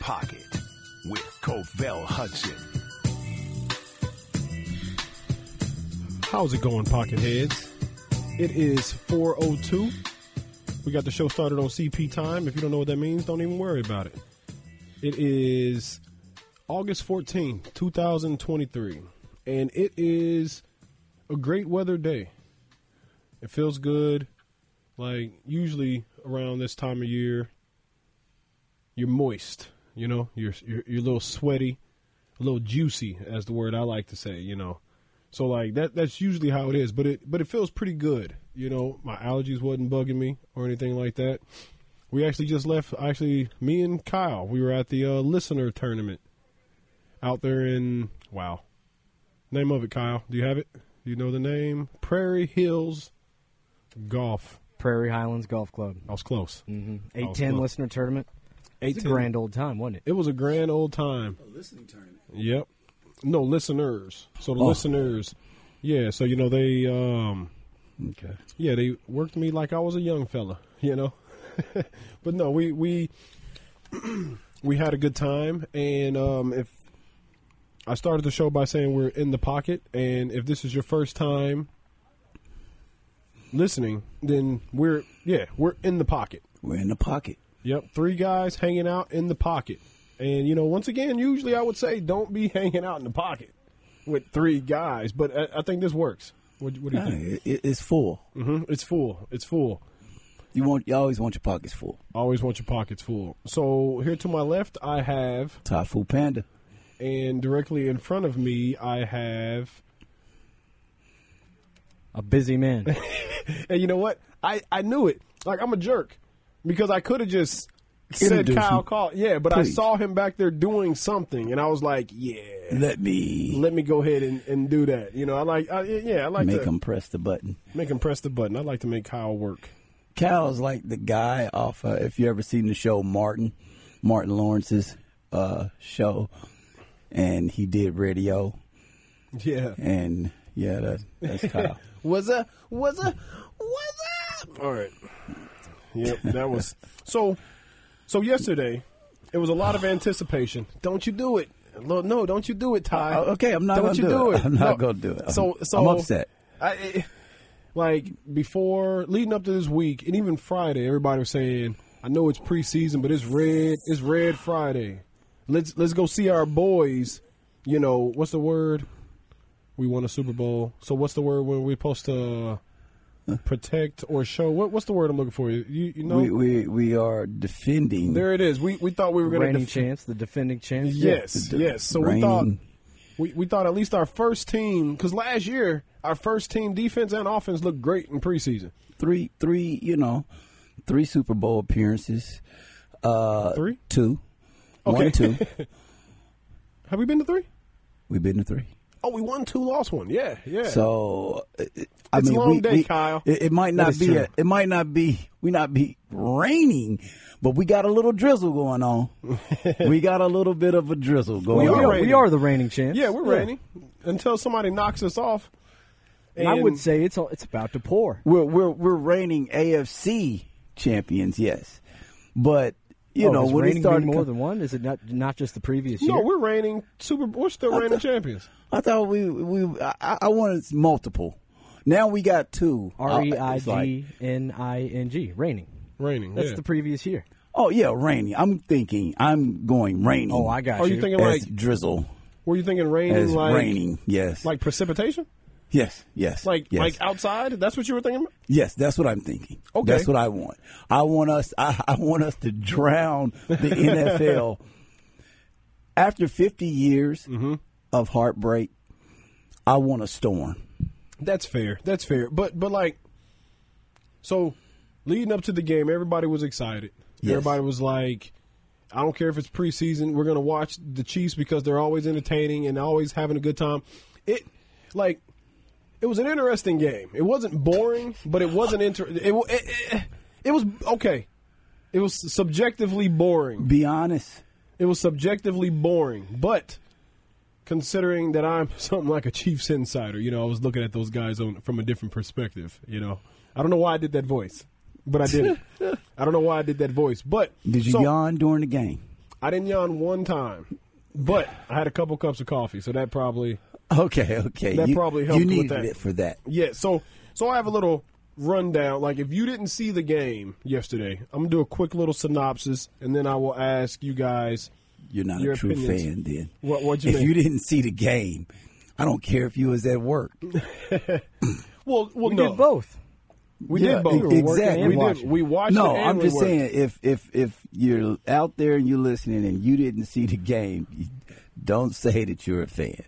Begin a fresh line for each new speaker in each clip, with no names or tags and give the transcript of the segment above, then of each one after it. Pocket with Covell Hudson.
How's it going, pocket heads? It is 402. We got the show started on CP time. If you don't know what that means, don't even worry about it. It is August 14th, 2023, and it is a great weather day. It feels good. Like usually around this time of year, you're moist, you know, you're you're, you're a little sweaty, a little juicy as the word I like to say, you know. So like that that's usually how it is, but it but it feels pretty good. You know, my allergies wasn't bugging me or anything like that. We actually just left actually me and Kyle, we were at the uh, listener tournament out there in wow. Name of it, Kyle. Do you have it? Do you know the name? Prairie Hills Golf.
Prairie Highlands Golf Club.
I was close.
Mm-hmm.
Oh,
810
cool.
listener tournament. It's a
810.
grand old time, wasn't it?
It was a grand old time.
A listening tournament.
Yep. No listeners. So the
Oh.
listeners. Yeah. So you know they. um
Okay.
Yeah, they worked me like I was a young fella. You know. but no, we we we had a good time, and um if I started the show by saying we're in the pocket, and if this is your first time listening, then we're yeah we're in the pocket.
We're in the pocket.
Yep, three guys hanging out in the pocket. And you know, once again, usually I would say don't be hanging out in the pocket with three guys, but I, I think this works. What, what do you
Nah,
think?
it, it- it's full.
hmm It's full. It's full.
You want you always want your pockets full.
Always want your pockets full. So here to my left, I have,
Thai food panda.
and directly in front of me, I have.
A busy man.
And you know what? I I knew it. Like I'm a jerk because I could have just said
Introduce
Kyle
him.
Call. Yeah, but I
Please.
saw him back there doing something, and I was like, yeah.
Let me
let me go ahead and, and do that. You know, I like, I, yeah, I like
make
to
him press the button.
make him press the button. I like to make Kyle work.
Kyle's like the guy off. Uh, if you ever seen the show Martin, Martin Lawrence's uh, show, and he did radio,
Yeah.
and yeah, that, that's Kyle.
Was a, was a, was a. All right. Yep, that was so. So yesterday, it was a lot of anticipation. Don't you do it? Lo- No, don't you do it, Ty?
Oh, okay, I'm not
Don't
gonna
you
do
do
it.
it.
I'm not
No.
gonna do it. I'm-
So, so
I'm upset.
I, it- like before, leading up to this week, and even Friday, everybody was saying, "I know it's preseason, but it's red. It's Red Friday. Let's let's go see our boys." You know what's the word? We won a Super Bowl. So what's the word when we're supposed to protect or show? What what's the word I'm looking for? You you know.
we, we we are defending.
there it is. We we thought we were going to
Reigning chance, the defending chance.
Yes,
The
yes. So we thought
reigning-
we, we thought at least our first team because last year our first team defense and offense looked great in preseason.
three three you know three Super Bowl appearances. Uh,
Three?
two,
Okay.
one two.
Have we been to three?
We've been to three.
Oh, we won two, lost one. Yeah, yeah.
So uh, I
It's a
mean,
long
we,
day,
we-
Kyle.
It, it might not
is
be.
true.
A, it might not be. We not be raining, but we got a little drizzle going on. we got a little bit of a drizzle
We
going
are
are,
on.
reigning.
we are the reigning champs.
yeah, we're reigning until somebody knocks us off.
And I would say it's all, it's about to pour.
We're we're we're reigning AFC champions. Yes, but you
Oh,
know
does
when
reigning
it
mean
started.
more than one? Is it not not just the previous
no,
year?
we're reigning Super. We're still reigning champions.
I thought we we I, I- I wanted multiple. Now we got two.
R e
Uh,
i
it's like-
g n i n g reigning.
Reigning.
That's
yeah.
the previous year.
Oh yeah, rainy. I'm thinking. I'm going rainy.
Oh, I got
Are
you.
you thinking
as
like?
drizzle
Were you thinking raining
as
like
raining. Yes.
like precipitation?
yes. Yes.
Like
yes.
like outside? That's what you were thinking. About?
yes. That's what I'm thinking.
Okay.
That's what I want. I want us. I, I want us to drown the NFL after 50 years
Mm-hmm.
of heartbreak. I want a storm.
That's fair. That's fair. But but like, so leading up to the game, everybody was excited.
Yes.
Everybody was like, I don't care if it's preseason, we're gonna watch the Chiefs because they're always entertaining and always having a good time. It like. It was an interesting game. It wasn't boring, but it wasn't inter. It, wa- it, it, it was okay. It was subjectively boring.
Be honest.
It was subjectively boring, but considering that I'm something like a Chiefs insider, you know, I was looking at those guys on, from a different perspective. You know, I don't know why I did that voice, but I did. it. I don't know why I did that voice, but
Did you
so,
yawn during the game?
I didn't yawn one time, but I had a couple cups of coffee, so that probably
Okay, okay.
That
you,
probably
You
helped with
needed
that.
it for that.
yeah. So so I have a little rundown. Like if you didn't see the game yesterday, I'm gonna do a quick little synopsis, and then I will ask you guys.
You're not
Your
a true
opinions.
fan then.
What- what'd you
if
mean?
you didn't see the game, I don't care if you was at work.
Well, well,
We
no,
did both.
We
Yeah,
did both.
e- We were exactly. working and
We did.
watching.
We watched.
no,
it and
I'm
we
just
worked.
saying if if if you're out there and you're listening and you didn't see the game, you- don't say that you're a fan.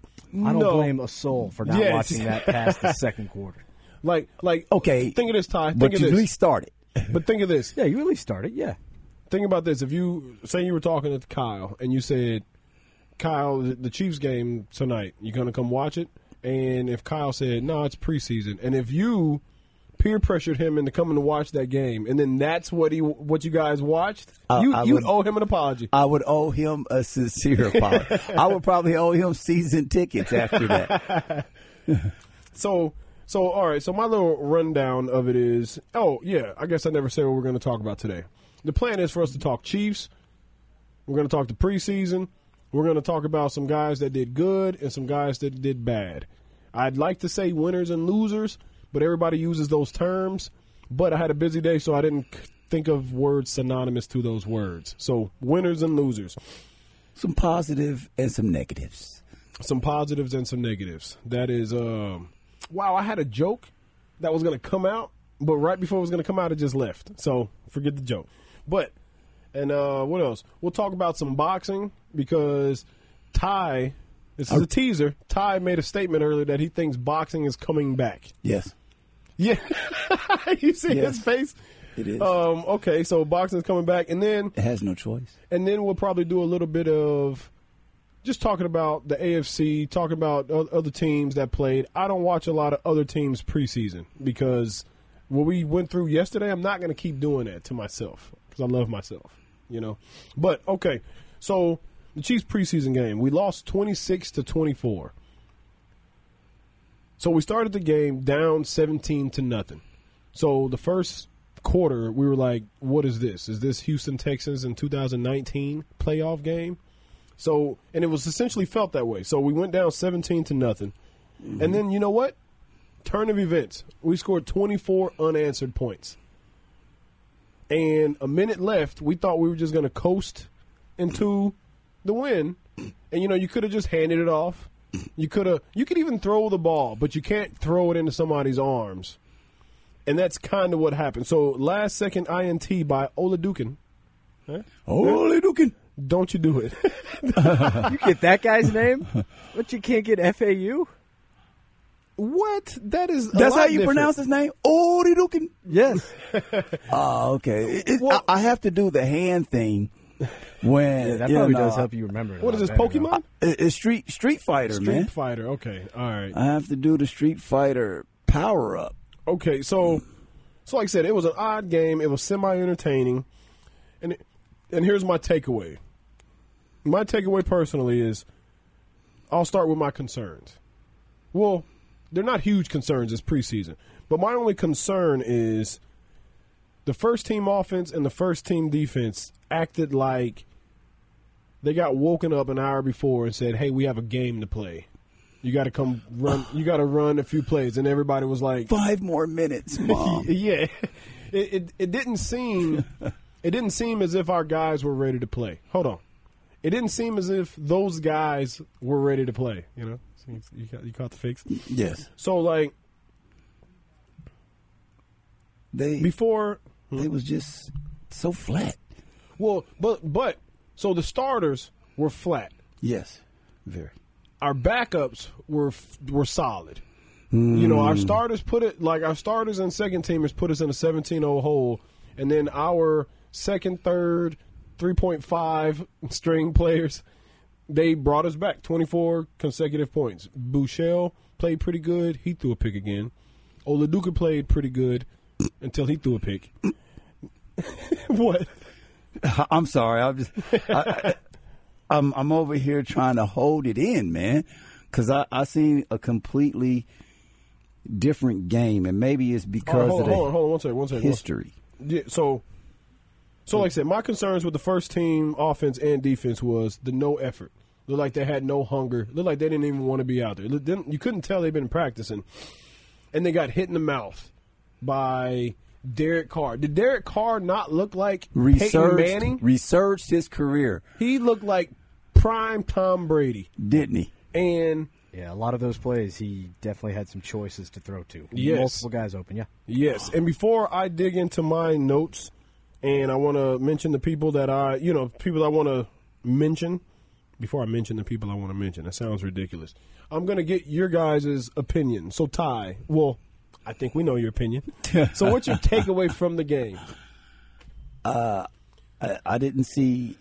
I don't
No.
blame a soul for not
Yes.
watching that past the second quarter.
Like, like,
Okay,
Think of this, Ty. Think
but
of
you
this.
at least started.
But think of this.
Yeah, you at least started. Yeah.
Think about this. If you say you were talking to Kyle and you said, "Kyle, the- the Chiefs game tonight, you gonna come watch it?" And if Kyle said, "No, it's preseason," and if you peer pressured him into coming to watch that game, and then that's what he what you guys watched,
I-
you
Uh, I
you would
would-
owe him an apology.
I would owe him a sincere apology. I would probably owe him season tickets after that.
So so all right. So my little rundown of it is. Oh yeah, I guess I never said what we're going to talk about today. The plan is for us to talk Chiefs. We're going to talk the preseason. We're going to talk about some guys that did good and some guys that did bad. I'd like to say winners and losers, but everybody uses those terms. But I had a busy day, so I didn't c- think of words synonymous to those words. So winners and losers.
Some positive and some negatives.
some positives and some negatives. That is, um, wow, I had a joke that was going to come out, but right before it was going to come out, it just left. So forget the joke. But, and uh, what else? We'll talk about some boxing because Ty, this is a teaser, Ty made a statement earlier that he thinks boxing is coming back.
Yes,
Yeah. you see
Yes.
his face?
it is.
Um, okay, so boxing's coming back. And then
it has no choice.
and then we'll probably do a little bit of just talking about the AFC, talking about o- other teams that played. I don't watch a lot of other teams preseason because what we went through yesterday, I'm not going to keep doing that to myself because I love myself, you know. But okay, so the Chiefs preseason game, we lost 26 to 24. So we started the game down 17 to nothing. So the first quarter, we were like, what is this? Is this Houston Texans in 2019 playoff game? So, and it was essentially felt that way. So we went down 17 to nothing. And then, you know what? Turn of events. We scored 24 unanswered points. And a minute left, we thought we were just going to coast into the win. And, you know, you could have just handed it off. You could have, you could even throw the ball, but you can't throw it into somebody's arms. And that's kind of what happened. So last second INT by Oladukin.
Holy Dukin.
Don't you do it.
You get that guy's name, but you can't get FAU?
what? That is. a
That's
lot
how you
different.
pronounce his name? Holy Dukin.
Yes.
Oh, okay. It- it-
Well-
I, I have to do the hand thing when
Yeah, that
you
probably
know,
does help you remember it. a
What is
lot
this
better, though.
Pokemon?
it- It's Street Street Fighter,
Street
man.
Fighter. Okay. All right.
I have to do the Street Fighter power up.
Okay. So, so like I said, it was an odd game. It was semi entertaining, and and here's my takeaway. My takeaway personally is, I'll start with my concerns. Well, they're not huge concerns. It's preseason, but my only concern is the first team offense and the first team defense acted like they got woken up an hour before and said, "Hey, we have a game to play. You got to come run. You got to run a few plays." And everybody was like,
Five more minutes, mom.
"Yeah." It, it it didn't seem it didn't seem as if our guys were ready to play. Hold on, it didn't seem as if those guys were ready to play. You know, See, you ca- you caught the fix.
yes,
So like
they
before
they was just so flat.
Well, but but so the starters were flat.
Yes, very.
Our backups were f- were solid. You know, our starters put it like our starters and second teamers put us in a 17-0 hole, and then our second, third, 3.5 string players they brought us back 24 consecutive points. Bouchel played pretty good. He threw a pick again. Oladuka played pretty good until he threw a pick. what?
I- I'm sorry. I'm just. I, I, am I'm over here trying to hold it in, man, because I I seen a completely different game, and maybe it's
All right,
because
hold on,
of
hold on, hold on, one second, one
the
second. one second.
history.
Yeah, so So, like I said, my concerns with the first team offense and defense was the no effort. Looked like they had no hunger. Looked like they didn't even want to be out there. Looked- didn't- You couldn't tell they've been practicing. And they got hit in the mouth by Derek Carr. Did Derek Carr not look like Peyton Manning?
Resurged, resurged his career,
He looked like prime Tom Brady.
didn't he?
And
Yeah, a lot of those plays, he definitely had some choices to throw to.
Yes.
Multiple guys open, yeah.
Yes, and before I dig into my notes, and I want to mention the people that I, you know, people I want to mention. Before I mention the people I want to mention, that sounds ridiculous. I'm gonna get your guys' opinion. So Ty, well, I think we know your opinion. so what's your takeaway from the game?
I, I didn't see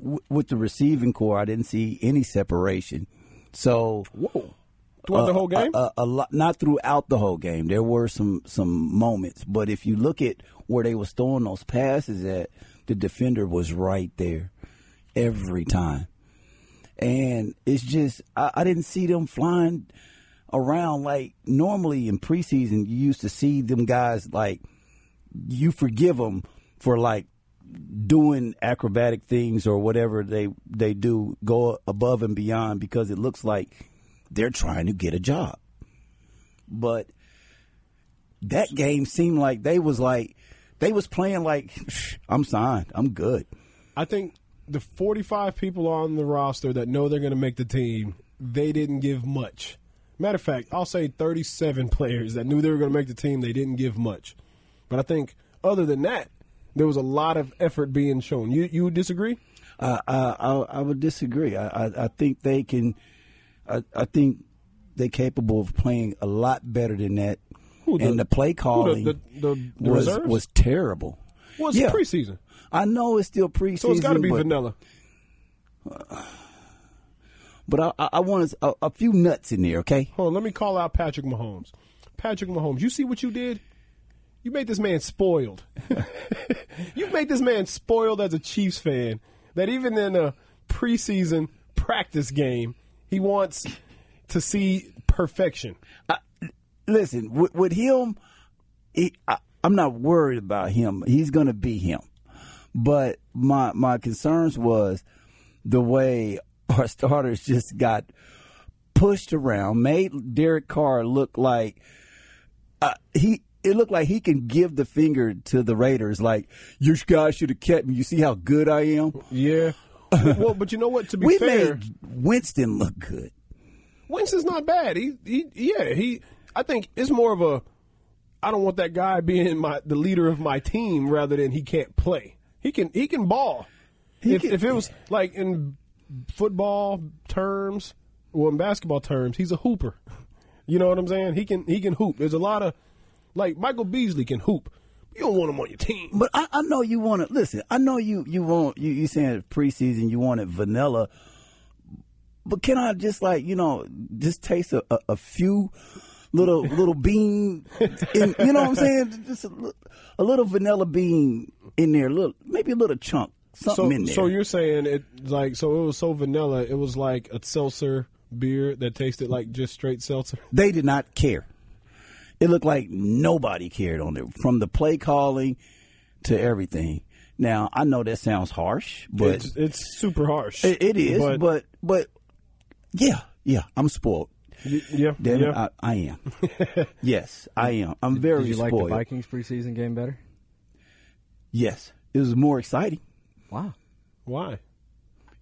w- with the receiving core. I didn't see any separation. So
Whoa, throughout the
Uh,
whole game.
a, a lot, not throughout the whole game. There were some some moments, but if you look at where they was throwing those passes at, the defender was right there every time, and it's just I, I didn't see them flying around like normally in preseason. You used to see them guys like you forgive them for like doing acrobatic things or whatever they they do go above and beyond because it looks like they're trying to get a job but that game seemed like they was like they was playing like I'm signed I'm good
I think the 45 people on the roster that know they're going to make the team, they didn't give much. Matter of fact, I'll say 37 players that knew they were going to make the team, they didn't give much. But I think other than that, there was a lot of effort being shown. You you disagree?
I I, I, I would disagree I, I I think they can I, I think they capable of playing a lot better than that
Who, the-
and the play calling
the- the- the
was
reserves?
was terrible
Well, it's
Yeah.
preseason,
I know it's still preseason,
so it's got to be
but,
vanilla.
but I, I, I want a, a few nuts in there, okay?
Hold on, let me call out Patrick Mahomes. Patrick Mahomes, you see what you did? You made this man spoiled. you made this man spoiled as a Chiefs fan. That even in a preseason practice game, he wants to see perfection.
Listen, with, with him, he, I, I'm not worried about him. He's going to be him. But my my concerns was the way our starters just got pushed around, made Derek Carr look like uh, he. It looked like he can give the finger to the Raiders, like you guys should have kept me. You see how good I am.
Yeah. well, but you know what? To be
we
fair,
made Winston look good.
Winston's not bad. He, he, yeah, he. I think it's more of a. I don't want that guy being my the leader of my team rather than he can't play. He can he can ball. if,
can-
if it was like in football terms, well, in basketball terms, he's a hooper. You know what I'm saying? He can he can hoop. There's a lot of like Michael Beasley can hoop. You don't want him on your team.
But I, I know you want to listen. I know you you want you you saying it's preseason you want it vanilla. But can I just like you know just taste a, a, a few little little bean? In, you know what I'm saying? Just a, li- a little vanilla bean in there. Look, maybe a little chunk, something
So
in there.
so you're saying it like so it was so vanilla. It was like a seltzer beer that tasted like just straight seltzer.
they did not care. It looked like nobody cared on it, from the play calling to everything. Now I know that sounds harsh, but
it's, it's super harsh.
It, it is, but, but yeah, yeah, I'm spoiled.
y- yeah,
Damn
yeah.
it, I, I am. yes, I am. I'm very
Did you like
spoiled.
the Vikings preseason game better?
Yes, it was more exciting.
Wow.
Why?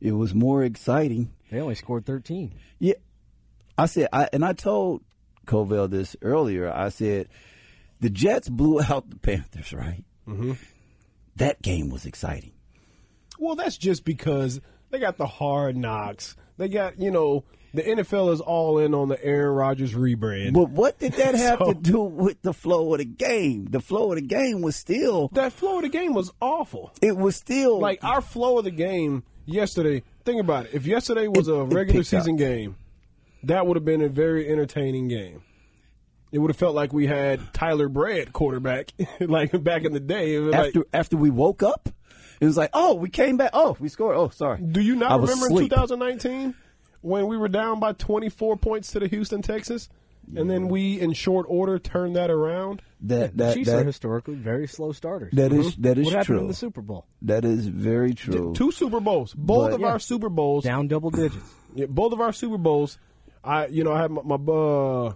It was more exciting.
They only scored 13.
Yeah, I said, I, and I told Covell this earlier. I said the Jets blew out the Panthers, right? Mm-hmm. That game was exciting.
Well, that's just because they got the hard knocks. They got you know the NFL is all in on the Aaron Rodgers rebrand.
But what did that have
So-
to do with the flow of the game? The flow of the game was still.
that flow of the game was awful.
It was still
Like our flow of the game yesterday. Think about it. If yesterday was
It-
a
it
regular
picked up.
season game, that would have been a very entertaining game. It would have felt like we had Tyler Brad quarterback, like back in the day. It was like-
after after we woke up, it was like, oh, we came back. Oh, we scored. Oh, sorry.
Do you not
I was
remember in
asleep.
2019 when we were down by 24 points to the Houston Texans and then we, in short order, turned that around.
That that
Chiefs are
that,
historically very slow starters. Mm-hmm.
that is that is
what happened in
true.
the Super Bowl?
That is very true.
Two Super Bowls, both
But-
of
Yeah.
our Super Bowls,
Down double digits.
yeah, both of our Super Bowls. I, you know, I had my, my bu- uh,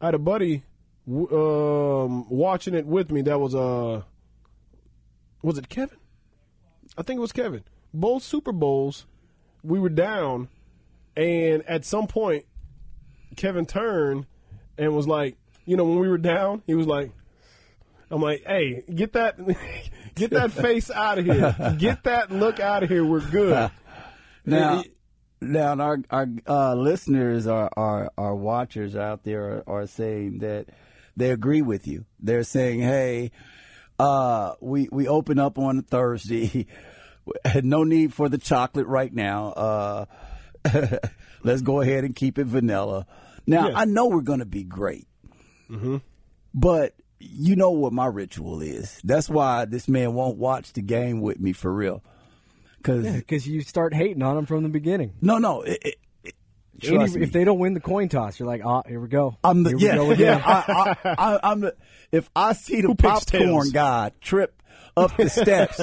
I had a buddy w- um, watching it with me. That was uh, was it Kevin? I think it was Kevin. Both Super Bowls, we were down, and at some point, Kevin turned and was like, you know, when we were down, he was like, I'm like, hey, get that, get that face out of here, get that look out of here. We're good.
Now, now and our our uh, listeners, our, our our watchers out there are, are saying that they agree with you. They're saying, "Hey, uh, we we open up on a Thursday. no need for the chocolate right now. Uh, let's go ahead and keep it vanilla." Now,
Yeah.
I know we're going to be great, but you know what my ritual is. That's why this man won't watch the game with me for real. Because
Because you start hating on them from the beginning.
no, no. It, it, it,
Any-
trust me.
if they don't win the coin toss, you're like, ah, here we go.
I'm the
here we
yeah,
go
yeah.
again.
I, I, I, I'm the. If I see the
picks
popcorn
tails?
guy trip up the steps,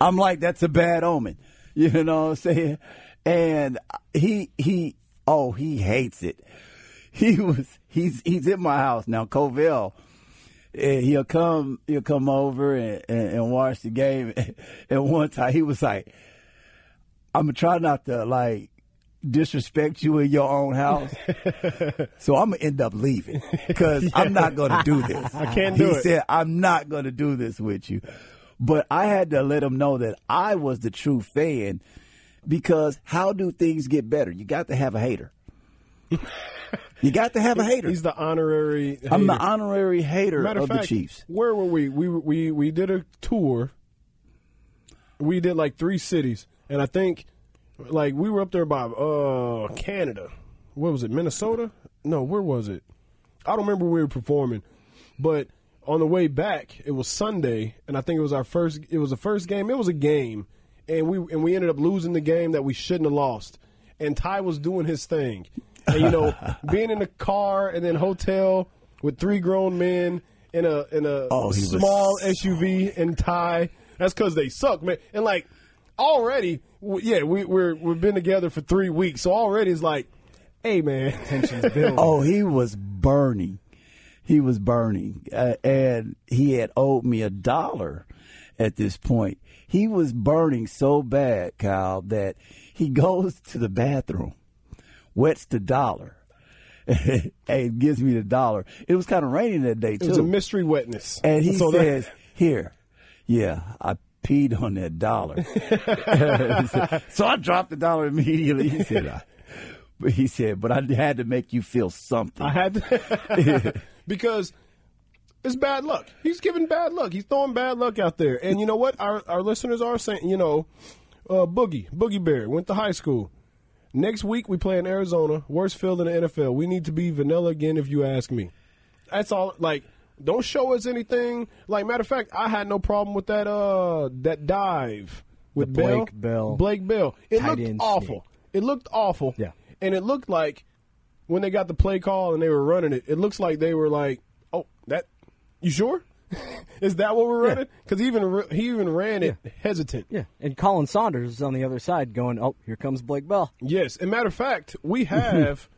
I'm like, that's a bad omen. You know what I'm saying? And he he oh he hates it. He was he's he's in my house now. Covell. And he'll come, he'll come over and, and, and watch the game. And one time he was like, I'm gonna try not to like disrespect you in your own house. so I'm gonna end up leaving because I'm not gonna do this. I
can't do
he
it.
said, I'm not gonna do this with you. But I had to let him know that I was the true fan because how do things get better? You got to have a hater. you got to have a hater.
He's the honorary.
I'm the
hater.
honorary hater
Matter
of
fact,
the Chiefs.
Where were we? We we we did a tour. We did like three cities, and I think like we were up there by uh Canada. What was it? Minnesota? No, where was it? I don't remember where we were performing, but on the way back, it was Sunday, and I think it was our first. It was the first game. It was a game, and we and we ended up losing the game that we shouldn't have lost. And Ty was doing his thing, and you know, being in the car and then hotel with three grown men in a in a
Oh, he was
small SUV and Ty. That's because they suck, man. And like already, w- yeah, we we're we've been together for three weeks, so already it's like, hey, man,
Tensions build.
Oh, he was burning. He was burning. Uh, and he had owed me a dollar at this point. He was burning so bad, Kyle, that he goes to the bathroom, wets the dollar, and gives me the dollar. It was kind of raining that day, too.
it was a mystery wetness.
And he
So that-
says, "Here, yeah, I peed on that dollar." so I dropped the dollar immediately. He said, I, "But he said, but I had to make you feel something."
I had to, because it's bad luck. He's giving bad luck. He's throwing bad luck out there. And you know what? Our our listeners are saying, you know, uh, Boogie Boogie Bear went to high school. Next week we play in Arizona, worst field in the NFL. We need to be vanilla again, if you ask me. That's all. Like, don't show us anything. Like, matter of fact, I had no problem with that. Uh, that dive with
The Blake
Bell.
Bell.
Blake Bell. It
Tight
looked
end
awful. It looked awful.
Yeah.
And it looked like when they got the play call and they were running it, it looks like they were like, "Oh, that you sure? Is that what we're running?" Because even he even ran it hesitant.
Yeah, and Colin Saunders is on the other side going, oh, here comes Blake Bell.
Yes. And matter of fact, we have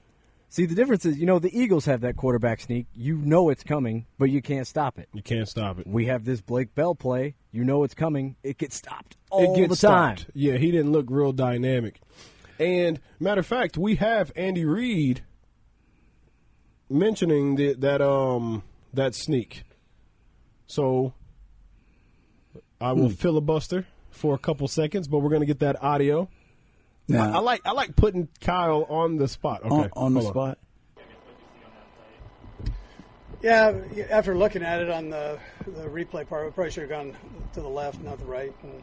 See, the difference is, you know, the Eagles have that quarterback sneak. You know it's coming, but you can't stop it.
you can't stop it.
We have this Blake Bell play. You know it's coming. It gets stopped
It
all
gets
the time.
stopped. Yeah, he didn't look real dynamic. And matter of fact, we have Andy Reid mentioning the, that um that sneak. So I
Hmm.
will filibuster for a couple seconds, but we're gonna get that audio.
Now,
I like I like putting Kyle on the spot. Okay,
on, on the
hold
spot.
Yeah, after looking at it on the, the replay part, we probably should have gone to the left, not the right. And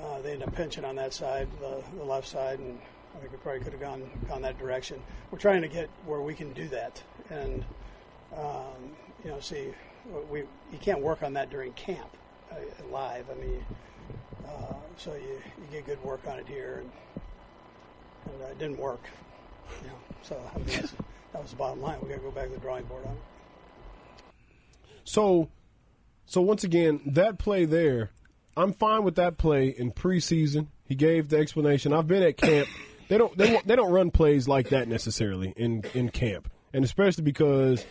uh, they ended up pinching on that side, the, the left side, and I think we probably could have gone gone that direction. We're trying to get where we can do that, and um, you know, see, we you can't work on that during camp uh, live. I mean, uh, so you, you get good work on it here, and, and uh, it didn't work. You know, so I mean, that's, that was the bottom line. We got to go back to the drawing board on it.
So, so once again, that play there, I'm fine with that play in preseason. He gave the explanation. I've been at camp. They don't they, won't- they don't run plays like that necessarily in in camp, and especially because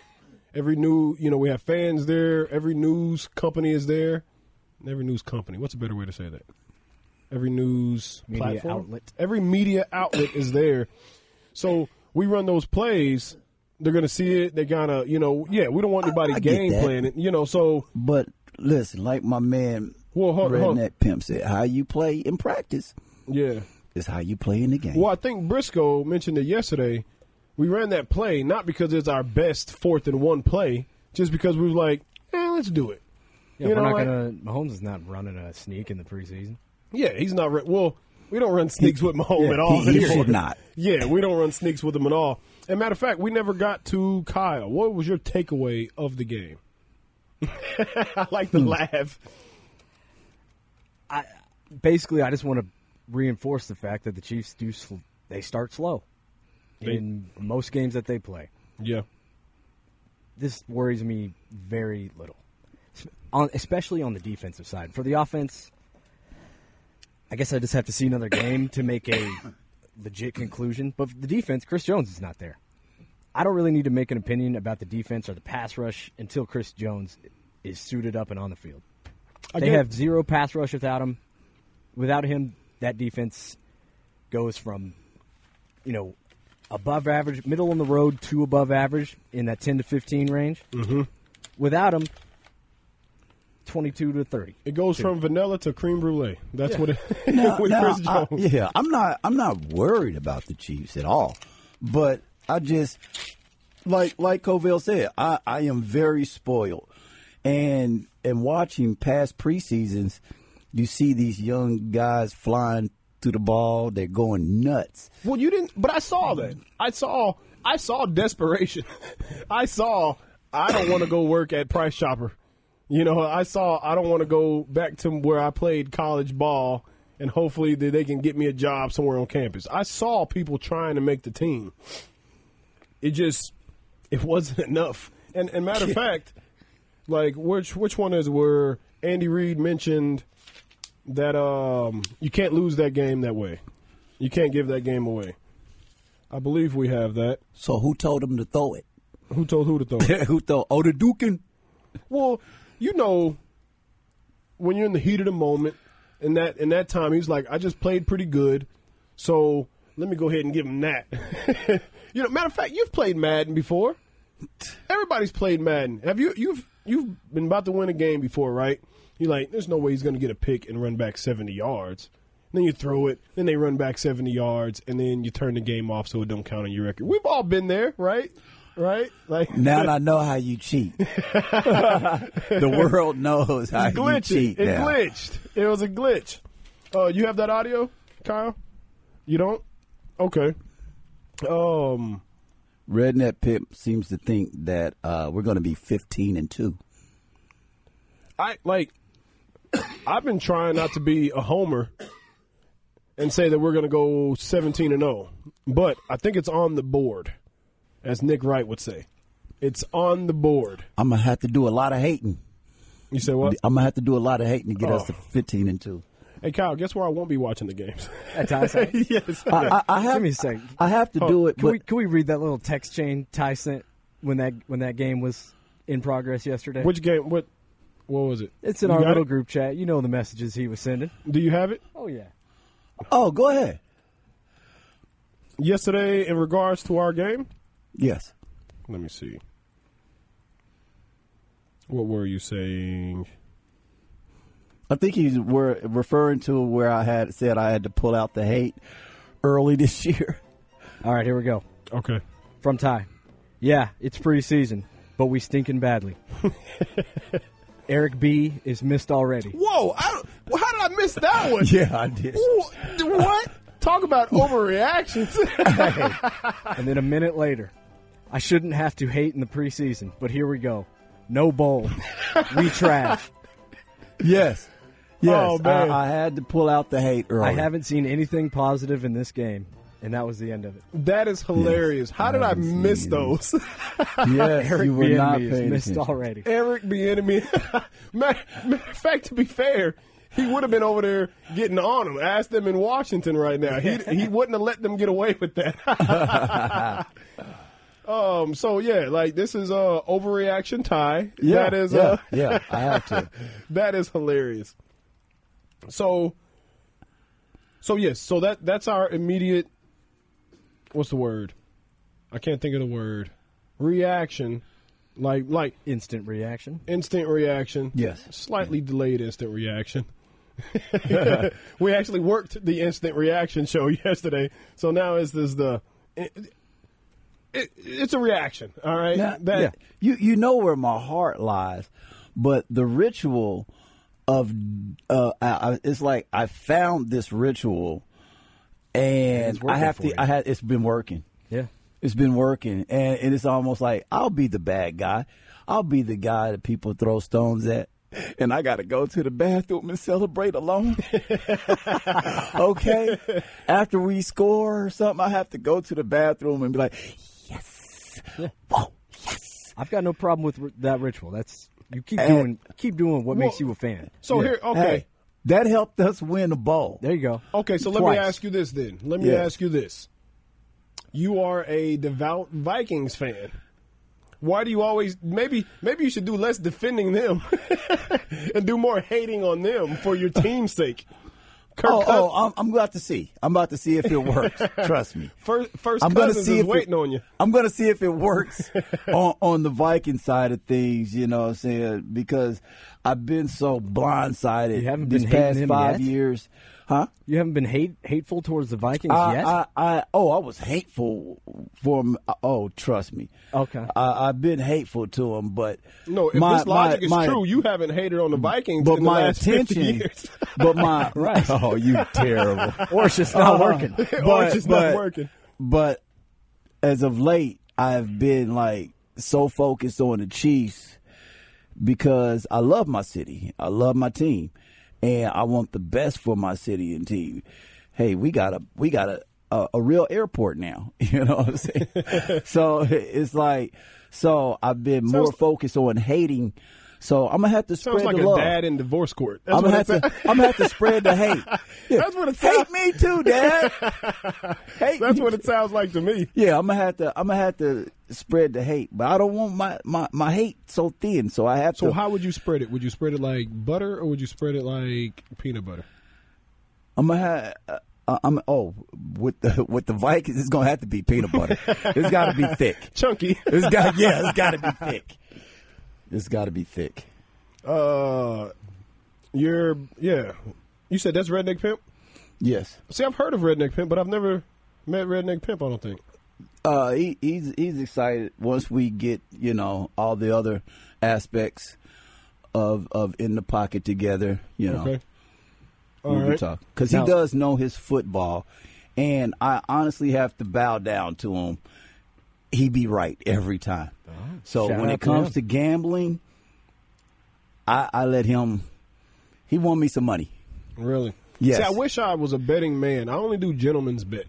every new you know we have fans there. Every news company is there. Every news company. What's a better way to say that? Every news
Media
platform?
outlet.
Every media outlet is there. So we run those plays. They're gonna see it. They gotta, you know, yeah. We don't want anybody
I get
game
that.
playing it, you know. So
But listen, like my man
Well, hold-
Redneck
hold-
Pimp said, how you play in practice
yeah.
is how you play in the game.
Well, I think Briscoe mentioned it yesterday. We ran that play not because it's our best fourth and one play, just because we were like, eh, let's do it.
Yeah,
You
we're
know,
not
like-
gonna. Mahomes is not running a sneak in the preseason.
Yeah, he's not. Re- well, we don't run sneaks with Mahomes at all.
he- he
anymore.
should not.
Yeah, we don't run sneaks with him at all. And matter of fact, we never got to Kyle. What was your takeaway of the game? I like
Hmm.
the laugh.
Basically, I just want to reinforce the fact that the Chiefs do. Sl- they start slow
They-
in most games that they play.
Yeah,
This worries me very little, S- on, especially on the defensive side. For the offense, I guess I just have to see another game to make a legit conclusion. But for the defense, Chris Jones is not there. I don't really need to make an opinion about the defense or the pass rush until Chris Jones is suited up and on the field.
I
They
get-
have zero pass rush without him. Without him, that defense goes from, you know, above average, middle on the road to above average in that 10 to 15 range. Mm-hmm. Without him, 22 to 30.
It goes from vanilla to cream brulee. That's what it with
Now,
Chris
I-
Jones.
yeah, I'm not. I'm not worried about the Chiefs at all. But I just like like Covell said, I, I am very spoiled, and and watching past preseasons, you see these young guys flying to the ball. They're going nuts.
Well, you didn't, but I saw that. I saw, I saw desperation. I saw, I don't want to go work at Price Chopper. You know, I saw, I don't want to go back to where I played college ball, and hopefully that they can get me a job somewhere on campus. I saw people trying to make the team. It just, it wasn't enough. And, and matter of fact, like which which one is where Andy Reid mentioned that um you can't lose that game that way. You can't give that game away. I believe we have that.
So who told them to throw it?
Who told who to throw? it?
who told? Oh, the Dukin.
well, you know, when you're in the heat of the moment, in that in that time, he's like, I just played pretty good, so let me go ahead and give him that. you know, matter of fact, you've played Madden before. Everybody's played Madden. Have you? You've you've been about to win a game before, right? You're like, there's no way he's going to get a pick and run back 70 yards. And then you throw it, then they run back 70 yards, and then you turn the game off so it don't count on your record. We've all been there, right? Right? Like
Now I know how you cheat. the world knows how
It glitched.
you cheat
it
now.
glitched. It was a glitch. Uh, you have that audio, Kyle? You don't? Okay. Um.
Redneck Pimp seems to think that uh, we're going to be 15 and 2.
I like. I've been trying not to be a homer and say that we're going to go seventeen and zero, but I think it's on the board, as Nick Wright would say. It's on the board.
I'm going to have to do a lot of hating.
You say what?
I'm going to have to do a lot of hating to get us
Oh.
to 15 and 2.
Hey, Kyle. Guess where I won't be watching the games?
At times,
yes.
I, I, I have,
Give me a second.
I have
Oh,
to do it,
Can
but
we can we read that little text chain Ty sent when that when that game was in progress yesterday?
Which game? What? What was it?
it's in
You
our
got
little
it?
group chat. You know the messages he was sending.
Do you have it?
Oh yeah.
oh, go ahead.
Yesterday, in regards to our game,
Yes.
Let me see. What were you saying?
I think he's were referring to where I had said I had to pull out the hate early this year.
All right, here we go.
Okay.
From Ty. Yeah, it's preseason, but we stinking badly. Eric B is missed already.
Whoa! I don't, well, how did I miss that one?
Yeah, I did.
Ooh, d- what? Talk about overreactions.
And then a minute later, I shouldn't have to hate in the preseason, but here we go. No bowl. we trash.
Yes. Yes.
Oh, man.
I, I had to pull out the hate early.
I haven't seen anything positive in this game. and that was the end of it.
That is hilarious. How did I
haven't
miss
seen
those?
Yes, you were
Me and
not
me is
paying
missed
attention.
already.
Eric be enemy. matter, matter of fact, to be fair, he would have been over there getting on him. Ask them in Washington right now. He he wouldn't have let them get away with that. um. So yeah, like this is uh overreaction tie.
Yeah,
that is
yeah,
uh
yeah. I have to.
that is hilarious. So. So yes, so that that's our immediate. What's the word? I can't think of the word. Reaction, like like
Instant reaction.
instant reaction.
Yes.
Slightly delayed instant reaction. we actually worked the instant reaction show yesterday, so now it's this the it, it, it's a reaction. All right,
Now,
that
yeah, you you know where my heart lies, but the ritual of uh, I, I, it's like I found this ritual, and
it's working
I have
for
to.
you.
I had it's been working.
Yeah.
It's been working, and, and it's almost like I'll be the bad guy. I'll be the guy that people throw stones at, and I got to go to the bathroom and celebrate alone. okay, after we score or something, I have to go to the bathroom and be like, "Yes, whoa, yes."
I've got no problem with r- that ritual. That's you keep
Eh.
doing keep doing what
Well,
makes you a fan.
So here, okay,
Hey, that helped us win the ball.
There you go.
okay. So let
Twice.
me ask you this then. Let me
Yeah.
ask you this. You are a devout Vikings fan. Why do you always maybe maybe you should do less defending them and do more hating on them for your team's sake? Kirk
Oh,
Cousins-
oh, I'm, I'm about to see. I'm about to see if it works. Trust me.
First, first
I'm gonna
cousins
see
is
if
waiting
it,
on you.
I'm gonna see if it works on on the Viking side of things. You know, what I'm saying because I've been so blindsided
You haven't
these
been hating
past
him
five
yet?
years, huh?
You haven't been hate hateful towards the Vikings
I,
yet.
I, I, oh, I was hateful for him. Oh, trust me.
Okay.
I, I've been hateful to him, but
No, if
my-
this logic
my-
is
my-
true, you haven't hated on the Vikings
but
in the
my
last 50
attention,
years.
but my right. Oh, you terrible.
or it's just not
Uh-huh.
working.
Or it's just not working.
But as of late, I've been like so focused on the Chiefs because I love my city, I love my team, and I want the best for my city and team. Hey, we got a we got a a, a real airport now. You know what I'm saying? so it's like so I've been more
Sounds-
focused on hating. So I'm gonna have to
Sounds
spread
like
the
a
love.
dad in divorce court. That's
I'm
what
gonna
it
have to.
sounds-
I'm gonna have to spread the hate. Yeah.
That's what it
Hate
sounds-
me too, Dad. Hate
That's
me
what it sounds like to me.
yeah, I'm gonna have to. I'm gonna have to spread the hate, but I don't want my my my hate so thin. So I have
So
to.
how would you spread it? Would you spread it like butter, or would you spread it like peanut butter?
I'm gonna have. Uh, I'm oh with the with the Vikings, it's gonna have to be peanut butter. it's got to be thick.
Chunky.
It's got yeah, it's got to be thick. It's got to be thick.
Uh, you're yeah. You said that's redneck pimp.
Yes.
See, I've heard of redneck pimp, but I've never met redneck pimp. I don't think.
Uh, he, he's he's excited once we get you know all the other aspects of of in the pocket together. You know.
Okay. All
when we
right.
talk because
Now-
he does know his football, and I honestly have to bow down to him. He be right every time. so
shout
when
out
it
to
comes
him.
to gambling, I, I let him. He won me some money.
Really?
Yes.
See, I wish I was a betting man. I only do gentlemen's bets.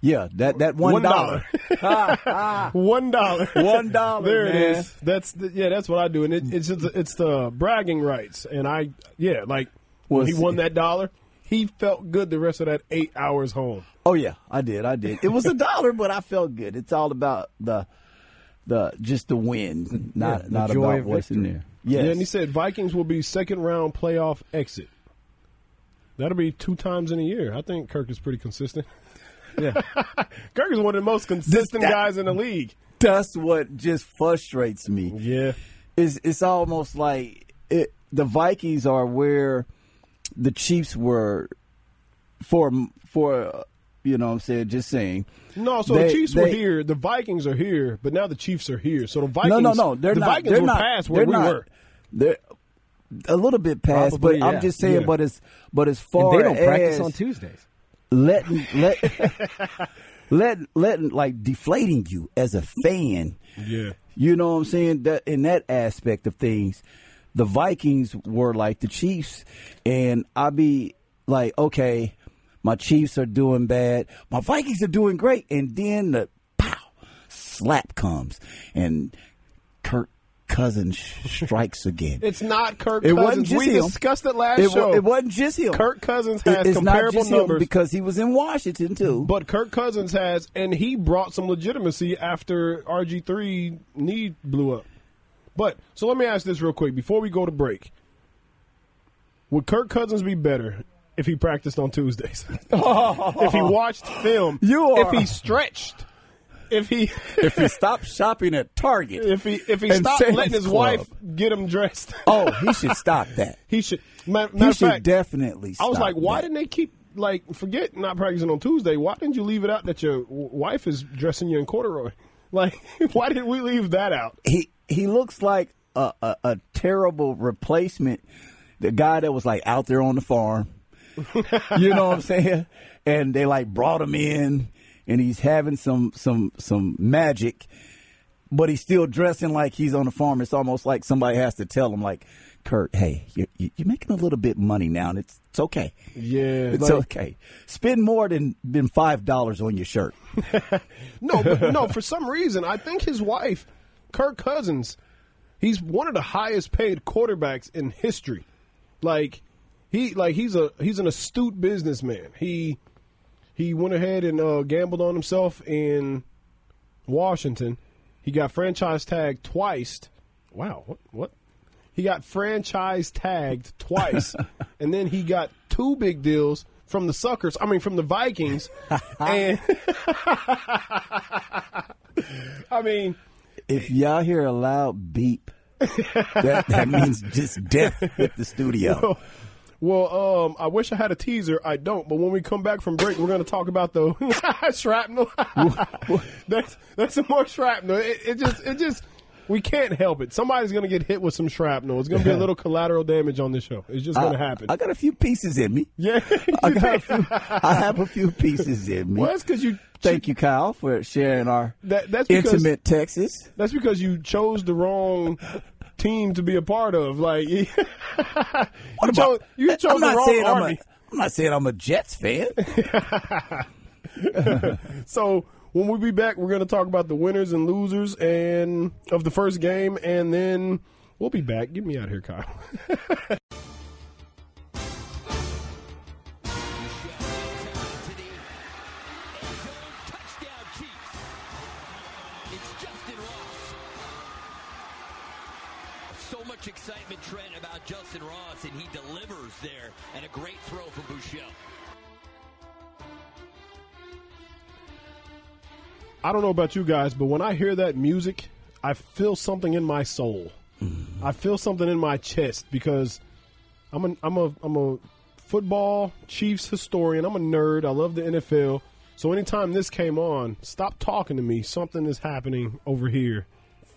Yeah, that that one
One dollar.
dollar.
One dollar.
One dollar,
There it
man.
is. That's the, yeah. That's what I do, and it, it's just, it's the bragging rights. And I yeah, like when
Well,
he
see-
won that dollar, he felt good the rest of that eight hours home.
oh yeah, I did. I did. It was a dollar, but I felt good. It's all about the the just the win, not
the
not
joy
about
of
what's in
victory.
there. Yes.
Yeah, and he said Vikings will be second round playoff exit. That'll be two times in a year. I think Kirk is pretty consistent.
yeah.
Kirk is one of the most consistent
that-
guys in the league.
That's what just frustrates me.
Yeah.
it's it's almost like it, the Vikings are where the Chiefs were for for uh, you know what I'm saying just saying
No, so the
They-
Chiefs were
they-
here, the Vikings are here, but now the Chiefs are here. So the Vikings,
no no no they're
the
not
Vikings
they're
were
not
past where
they're
we
not-
were.
they're a little bit past
Probably,
but
yeah.
I'm just saying
Yeah.
but it's but as
And
far
they don't practice
as
on Tuesdays.
letting let let letting like deflating you as a fan
Yeah.
You know what I'm saying? That in that aspect of things, the Vikings were like the Chiefs, and I be like, okay, My Chiefs are doing bad. My Vikings are doing great. And then the pow slap comes and Kirk Cousins strikes again.
It's not Kirk
It
Cousins.
wasn't just
we
him.
discussed it last
it, wa-
show.
it wasn't just him.
Kirk Cousins
It-
has
it's not
comparable
just him
numbers.
because he was in Washington too.
But Kirk Cousins has, and he brought some legitimacy after RG3 knee blew up. But so let me ask this real quick before we go to break. Would Kirk Cousins be better if he practiced on Tuesdays? if he watched film?
You are-
If he stretched? If he
if he stopped shopping at Target,
if he if he
And
stopped
Sam's
letting his
Club.
wife get him dressed?
oh, he should stop that.
he should. ma- Matter,
He
of
should
fact,
definitely. Stop
I was like, why
that.
didn't they keep like forget not practicing on Tuesday? Why didn't you leave it out that your w- wife is dressing you in corduroy? Like, why did we leave that out?
he he looks like a, a, a terrible replacement. The guy that was like out there on the farm, you know what I'm saying? And they like brought him in, and he's having some some some magic, but he's still dressing like he's on the farm. It's almost like somebody has to tell him, like, Kurt, hey, you're, you're making a little bit of money now, and it's it's okay.
Yeah,
It's okay. Spend more than than five dollars on your shirt.
no, but no. For some reason, I think his wife, Kirk Cousins, he's one of the highest paid quarterbacks in history. Like, he like he's a he's an astute businessman. He he went ahead and uh, gambled on himself in Washington. He got franchise tagged twice. Wow, what? what? He got franchise tagged twice, and then he got two big deals from the suckers. I mean, from the Vikings. and I mean,
If y'all hear a loud beep, that, that means just death at the studio.
well, um, I wish I had a teaser. I don't. But when we come back from break, we're going to talk about the shrapnel. that's that's some more shrapnel. It, it just it just we can't help it. Somebody's going to get hit with some shrapnel. It's going to be a little collateral damage on this show. It's just going to happen.
I got a few pieces in me.
yeah.
I got a few. I have a few pieces in me.
well, that's because you.
Thank you, Kyle, for sharing our
That- that's because-
intimate Texas.
That's because you chose the wrong team to be a part of. Like you chose, you chose
I'm
the
not
wrong
saying
army.
I'm a. I'm not saying I'm a Jets fan.
So when we be back, we're going to talk about the winners and losers and of the first game, and then we'll be back. Get me out of here, Kyle.
Touchdown Chiefs. It's Justin Ross. So much excitement, Trent, about Justin Ross, and he delivers there. And a great throw from Bouchel.
I don't know about you guys, but when I hear that music, I feel something in my soul. I feel something in my chest because I'm a I'm a I'm a football Chiefs historian. I'm a nerd. I love the NFL. So anytime this came on, stop talking to me. Something is happening over here,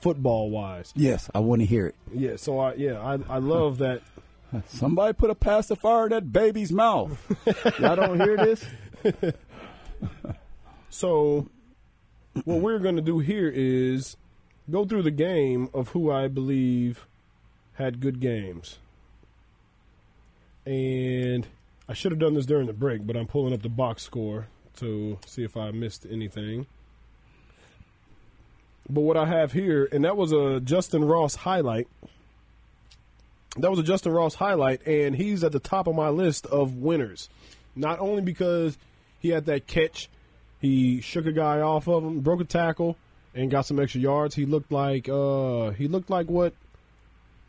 football wise.
yes, I want to hear it.
Yeah. So I yeah I I love that.
Somebody put a pacifier in that baby's mouth. y'all don't hear this?
So, what we're going to do here is go through the game of who I believe had good games. And I should have done this during the break, but I'm pulling up the box score to see if I missed anything. But what I have here, and that was a Justin Ross highlight. That was a Justin Ross highlight, and he's at the top of my list of winners. Not only because he had that catch, he shook a guy off of him, broke a tackle, and got some extra yards. He looked like uh he looked like what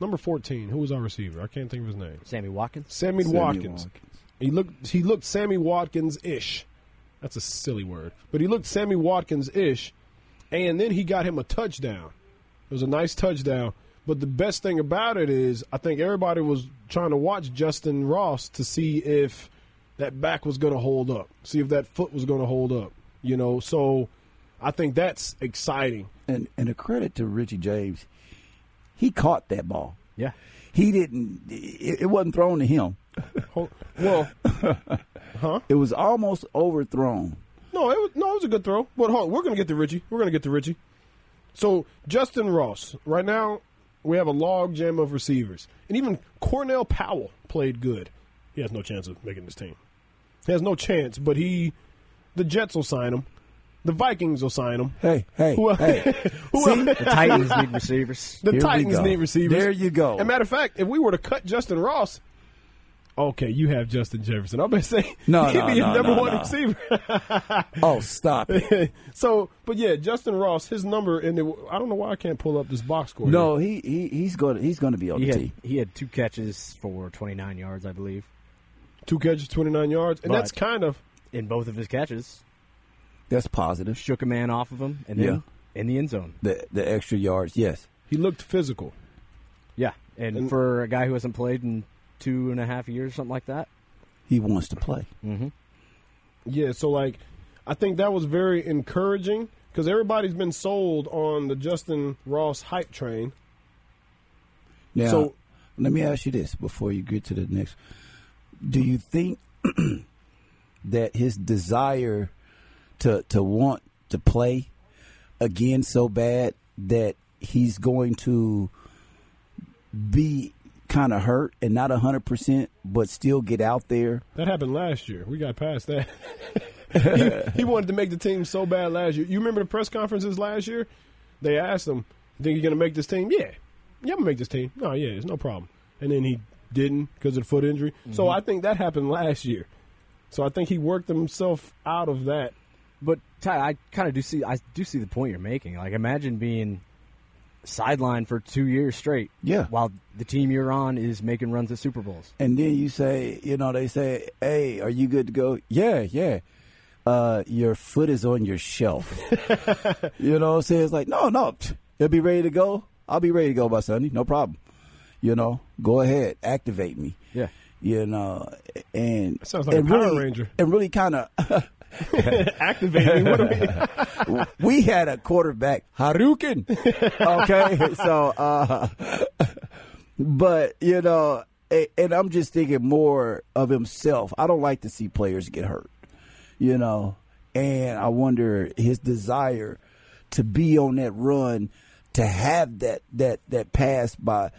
number fourteen? Who was our receiver? I can't think of his name.
Sammy Watkins.
Sammy,
Sammy
Watkins.
Watkins.
He looked he looked Sammy Watkins ish. That's a silly word, but he looked Sammy Watkins ish, and then he got him a touchdown. It was a nice touchdown. But the best thing about it is, I think everybody was trying to watch Justin Ross to see if that back was going to hold up, see if that foot was going to hold up. You know, so I think that's exciting.
And and a credit to Richie James, he caught that ball.
Yeah.
He didn't. It, it wasn't thrown to him.
Ho- Well,
It was almost overthrown.
No, it was no, it was a good throw. But hold on, we're gonna get to Richie. We're gonna get to Richie. So Justin Ross, right now we have a log jam of receivers, and even Cornell Powell played good. He has no chance of making this team. He has no chance, but he, the Jets will sign him. The Vikings will sign him.
Hey, hey,
Who-
hey.
who-
See?
The Titans need receivers.
The
Here we
Titans
go.
need receivers.
There you go.
As a matter of fact, if we were to cut Justin Ross, okay, you have Justin Jefferson. I'm gonna say
No,
he'd
no,
be his
no,
number
no,
one
no.
receiver.
Oh, stop it.
so, but yeah, Justin Ross, his number, and it, I don't know why I can't pull up this box score. here.
No, he, he he's going to he's going to be on
He
the
had,
team.
he had two catches for 29 yards, I believe.
two catches, 29 yards, and
Right.
that's kind of
In both of his catches,
That's positive.
shook a man off of him, and then in the end zone.
The the extra yards, yes.
he looked physical.
Yeah, and,
And-
for a guy who hasn't played in two and a half years, something like that.
He wants to play.
Yeah, so like, I think that was very encouraging because everybody's been sold on the Justin Ross hype train.
Now,
So-
let me ask you this before you get to the next. Do you think that his desire to to want to play again so bad that he's going to be kind of hurt and not 100% but still get out there?
That happened last year. We got past that. he, he wanted to make the team so bad last year. You remember the press conferences last year? They asked him, "Think you're going to make this team?" Yeah, yeah, I'm gonna make this team. No, yeah, it's no problem. And then he didn't because of the foot injury. So I think that happened last year. So I think he worked himself out of that.
But Ty, I kind of do see I do see the point you're making. Like, imagine being sidelined for two years straight.
Yeah.
while the team you're on is making runs at Super Bowls.
And then you say, you know, they say, "Hey, are you good to go?" Yeah, yeah. Uh, your foot is on your shelf. you know what I'm saying? It's like, no, no, pfft, it'll be ready to go. I'll be ready to go by Sunday, no problem. You know, go ahead, activate me.
Yeah.
You know, and
That sounds like
and
a Power
really-
Ranger.
And really, kind of,
Activating. What do we-
we had a quarterback Harukin. Okay, so, uh, but you know, a- and I'm just thinking more of himself. I don't like to see players get hurt. you know. And I wonder his desire to be on that run, to have that that that pass by.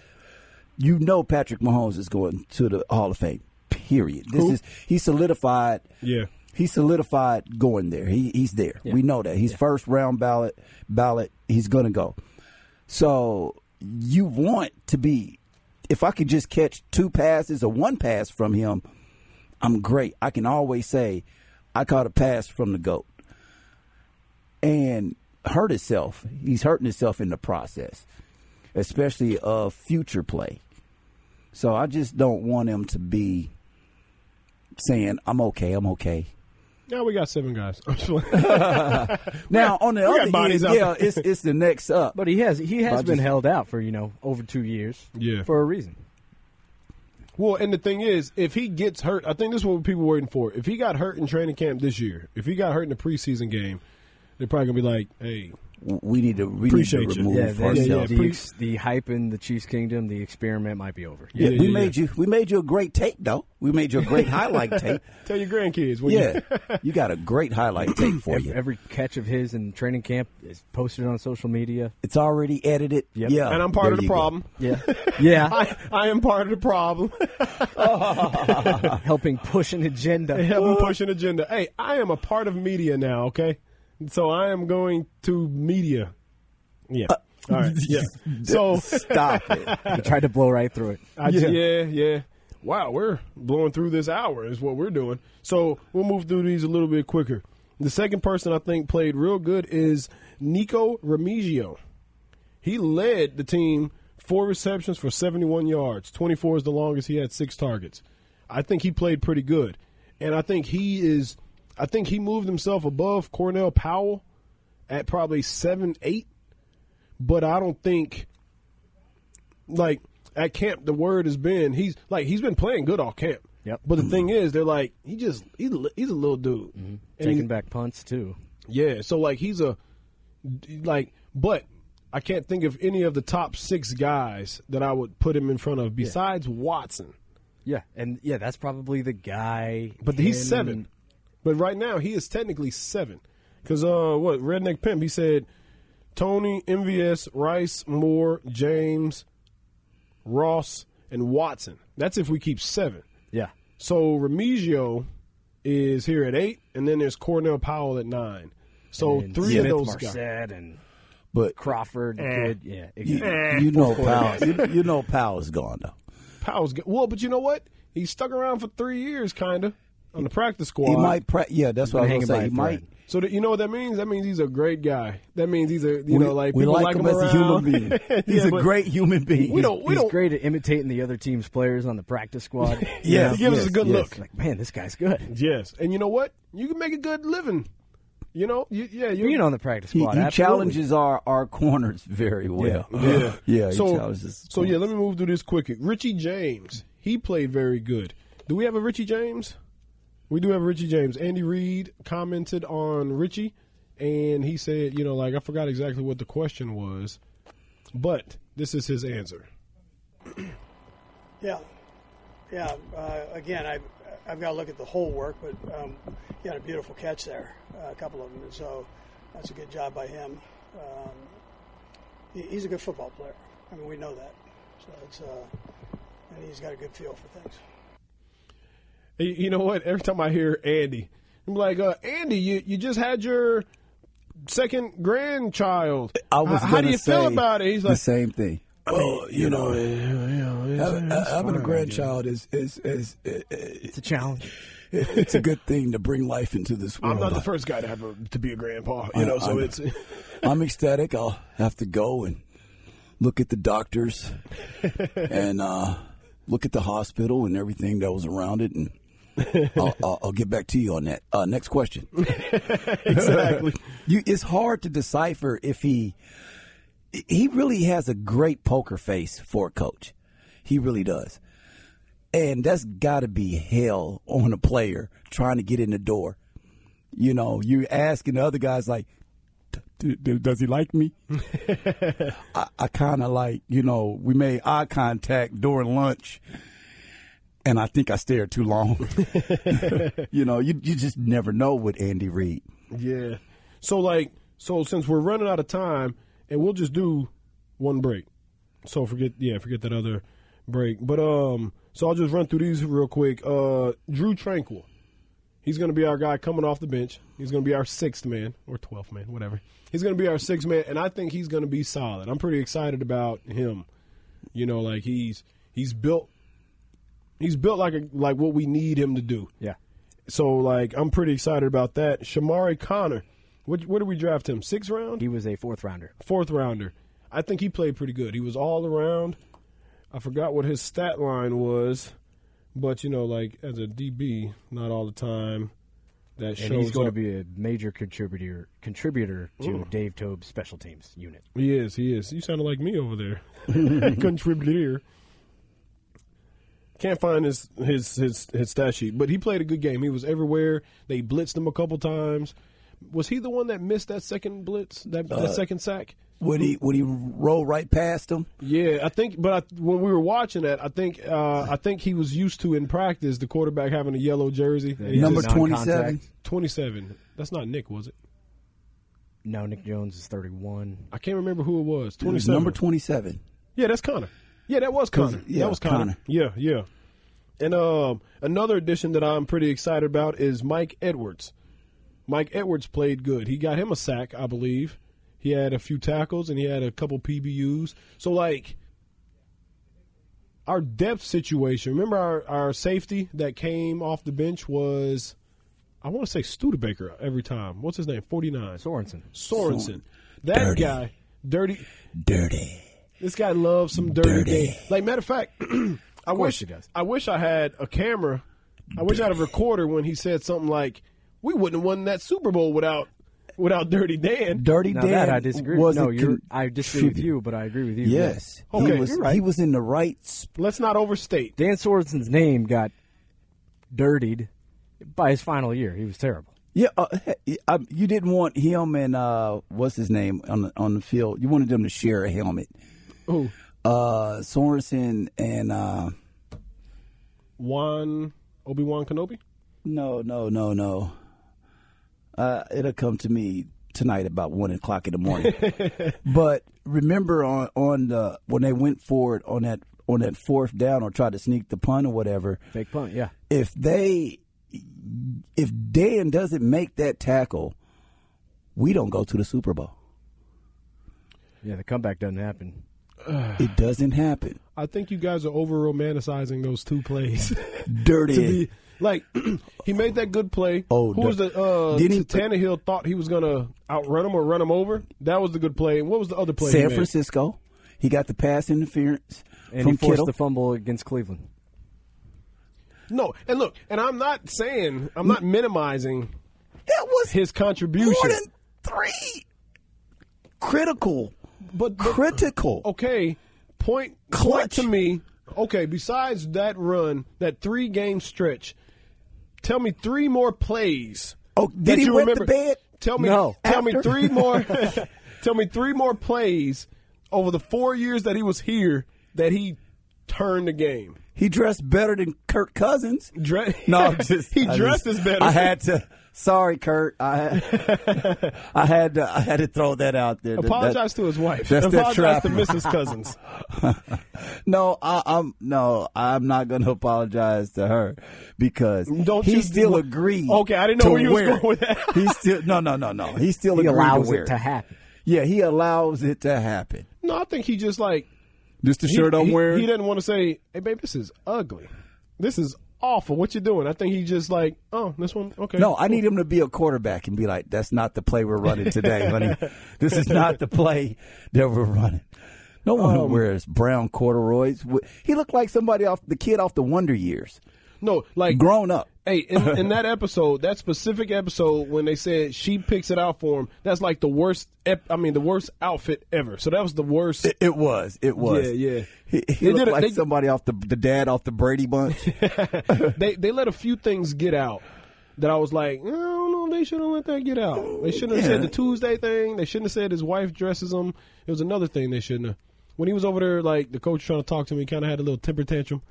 You know, Patrick Mahomes is going to the Hall of Fame. Period. This
Who?
is he solidified.
Yeah.
he solidified going there. He he's there. We know that he's first round ballot ballot. He's gonna go. So you want to be. If I could just catch two passes or one pass from him, I'm great. I can always say I caught a pass from the goat and hurt himself. He's hurting himself in the process, especially of future play. So I just don't want him to be saying I'm okay, I'm okay.
now we got seven guys. I'm just-
Now on the
we got
other end,
bodies out
yeah,
there.
it's it's the next up.
But he has he has
I
been
just-
held out for you know over two years.
Yeah.
for a reason.
Well, and the thing is, if he gets hurt, I think this is what people were waiting for. If he got hurt in training camp this year, if he got hurt in the preseason game, they're probably gonna be like, "Hey,
we need to we
Appreciate
need
you.
to remove
Yeah,
they-
the,
ourselves.
yeah, yeah.
the,
Pre-
ex- the hype in the Chiefs Kingdom, the experiment might be over.
Yeah,
Yeah,
we
yeah,
made you. We made you a great tape, though. We made you a great highlight tape.
tell your grandkids." When
Yeah,
you,
you got a great highlight tape for
Every,
you.
every catch of his in training camp is posted on social media.
It's already edited.
Yep.
Yeah,
and I'm part
there
of the
you go.
problem.
Yeah, yeah,
I, I am part of the problem.
Uh, helping push an agenda.
Help them push an agenda. Hey, I am a part of media now. Okay, so I am going to media. Yeah.
Uh,
All right. Yeah. So
Stop it.
He tried to blow right through it.
I yeah. yeah, yeah. Wow, we're blowing through this hour is what we're doing. So we'll move through these a little bit quicker. The second person I think played real good is Nico Remigio. He led the team four receptions for 71 yards. 24 is the longest. He had six targets. I think he played pretty good. And I think he is I think he moved himself above Cornell Powell at probably 7 8, but I don't think like at camp the word has been he's like he's been playing good all camp.
Yep.
But the thing is they're like he just he's a, li- he's a little dude. And he-
Taking back punts too.
yeah, so like he's a like, but I can't think of any of the top six guys that I would put him in front of besides Watson.
Yeah, and yeah, that's probably the guy.
But
him-
he's seven. But right now he is technically seven because uh, what redneck pimp he said, Tony, MVS, Rice, Moore, James, Ross, and Watson. That's if we keep seven.
Yeah,
So Remigio is here at eight, and then there's Cornell Powell at nine. So
and
three
Smith,
of those guys.
Marset and
But
Crawford, the
Eh.
kid. Yeah,
you,
exactly.
you
Eh.
know Powell. You, you know Powell's gone though.
Powell's good. well, but you know what? He stuck around for three years, kind of, on the practice squad.
He might. Pra- yeah, that's what I
Hanging
was gonna say.
by
He
a
might.
thread.
So that, you know what that means? That means he's a great guy. That means he's a you
we,
know like
we
people
like,
like
him as a human
around.
being.
Yeah,
He's a
but
great human being.
We don't. We
He's
don't.
great at imitating the other team's players on the practice squad.
Yeah,
He gives us a good
yes.
look.
Like, man, this guy's good.
Yes, and you know what? You can make a good living. You know. You, yeah. You're,
Being on the practice
He,
squad,
he
absolutely.
challenges our, our corners very well.
Yeah.
yeah. He
So,
challenges
so yeah. Let me move through this quick. Richie James. He played very good. Do we have a Richie James? We do have a Richie James. Andy Reid commented on Richie, and he said, you know, like I forgot exactly what the question was, but this is his answer.
Yeah, yeah. Uh, again, I I've got to look at the whole work, but um, he had a beautiful catch there, uh, a couple of them. and So that's a good job by him. Um, he, he's a good football player. I mean, we know that. So it's uh, and he's got a good feel for things.
You you know what? Every time I hear Andy, I'm like, uh, Andy, you, you just had your second grandchild.
I
H-
was
how do
gonna
you feel
say
about it? He's
the
like,
same thing.
Well, you know, having, having a grandchild is is is it,
It's a challenge.
it's a good thing to bring life into this world.
I'm not the first guy to have a, to be a grandpa, you
I-
know. So
I-
it's
I'm ecstatic. I'll have to go and look at the doctors and uh, look at the hospital and everything that was around it, and I'll, I'll, I'll get back to you on that. Uh, next question.
exactly.
You, it's hard to decipher if he he really has a great poker face for a coach. He really does. And that's got to be hell on a player trying to get in the door. You know, you're asking the other guys like, "D- d- does he like me? I, I kind of like, you know, we made eye contact during lunch, and I think I stared too long. you know, you you just never know with Andy Reid.
Yeah. So like, so since we're running out of time, and we'll just do one break. So forget, yeah, forget that other break. But um, so I'll just run through these real quick. Uh, Drew Tranquil, he's gonna be our guy coming off the bench. He's gonna be our sixth man or twelfth man, whatever. He's gonna be our sixth man, and I think he's gonna be solid. I'm pretty excited about him. You know, like he's he's built. He's built like a, like what we need him to do.
Yeah.
So like I'm pretty excited about that. Shamari Connor, what what did we draft him? Sixth round,
He was a fourth rounder.
fourth rounder. I think he played pretty good. He was all around. I forgot what his stat line was, but you know, like as a DB, not all the time. That
And
shows
he's going
up.
to be a major contributor contributor to Dave Tobe's special teams unit.
He is. He is. You sounded like me over there, contributor. Can't find his his his his stat sheet, but he played a good game. He was everywhere. They blitzed him a couple times. Was he the one that missed that second blitz? That, that second sack?
Would he would he roll right past him?
Yeah, I think. But I, when we were watching that, I think uh, I think he was used to in practice the quarterback having a yellow jersey. And he
Number
just-
Non-contact.
27?
twenty-seven. That's not Nick, was it?
No, Nick Jones is 31.
I can't remember who it was.
It was
Twenty-seven.
number twenty seven.
Yeah, that's Connor. Yeah, that was Connor.
yeah,
that was Connor.
Connor.
Yeah, yeah. And um, another addition that I'm pretty excited about is Mike Edwards. Mike Edwards played good. He got him a sack, I believe. He had a few tackles and he had a couple PBUs. So like our depth situation. Remember our, our safety that came off the bench was I want to say Studebaker every time. What's his name? 49.
Sorensen.
Sorensen. That
Dirty.
guy, dirty
Dirty.
this guy loves some dirty,
Dirty.
game. Like matter of fact, I wish
he does.
I wish I had a camera. I wish I had a recorder when he said something like, "We wouldn't have won that Super Bowl without without Dirty Dan."
Dirty
Now
Dan.
that I disagree. with.
was a
No, you're, I disagree with
contributor.
you, but I agree with you.
Yes.
Okay,
he was
you're right.
he was in the right sp-
Let's not overstate.
Dan Sorensen's name got dirtied by his final year. He was terrible.
Yeah, uh, he- I, you didn't want him and uh, what's his name on the, on the field. You wanted them to share a helmet.
Who?
Uh, Sorensen and uh,
Juan Obi Wan Kenobi.
no, no, no, no. Uh, it'll come to me tonight about one o'clock in the morning. but remember on on the when they went for it on that on that fourth down or tried to sneak the punt or whatever.
Fake punt, yeah.
if they if Dan doesn't make that tackle, we don't go to the Super Bowl.
Yeah, the comeback doesn't happen.
It doesn't happen.
I think you guys are over romanticizing those two plays.
Dirty.
to be like he made that good play.
Oh,
who was
the-
the uh,
didn't he-
Tannehill thought he was gonna outrun him or run him over? That was the good play. And what was the other play? he
San
made?
Francisco. He got the pass interference
And
from
he forced
Kittle.
the fumble against Cleveland.
No, and look, and I'm not saying I'm not minimizing
that was
his contribution,
more than three critical,
but, Oh. but
critical.
okay, point point
Clutch.
to me. Okay, besides that run, that three game stretch, tell me three more plays.
Oh,
that
did he
you
wet
remember.
the bed?
Tell me,
No.
tell me
After?
three more. tell me three more plays over the four years that he was here that he turned the game.
He dressed better than Kirk Cousins.
Dre-
No, I'm just
he
I
dressed
just-
as better.
I had to. Sorry, Kurt. I had, I had to. I had to throw that out there. That- that-
apologize to his wife.
that's that
apologize
trap.
to Mrs. Cousins.
No, I, I'm no. I'm not going to apologize to her because
Don't
he
you-
still agreed.
Okay, I didn't know
to
where you was
wear
going
it.
with that.
He still no, no, no, no. He still
He
agreed
allows
to wear
it to happen.
Yeah, he allows it to happen.
No, I think he just like
Just the
he-
shirt I'm
he,
wearing.
He didn't want to say, "Hey, babe, this is ugly. This is awful. What you doing?" I think he just like, "Oh, this one, okay."
No, I need him to be a quarterback and be like, "That's not the play we're running today, honey. This is not the play that we're running." No one
Um,
wears brown corduroys. He looked like somebody off the kid off the Wonder Years,
no, like
grown up.
Hey, in, in that episode, that specific episode when they said she picks it out for him, that's like the worst. Ep- I mean, the worst outfit ever. So that was the worst.
It, it was. It was.
Yeah, yeah.
He, he
They
looked
did a-
like
they-
somebody off the the dad off the Brady Bunch.
they they let a few things get out that I was like, I don't know, if they should have let that get out. They shouldn't have
Yeah.
said the Tuesday thing. They shouldn't have said his wife dresses him. It was another thing they shouldn't have. When he was over there, like the coach trying to talk to me, kind of had a little temper tantrum.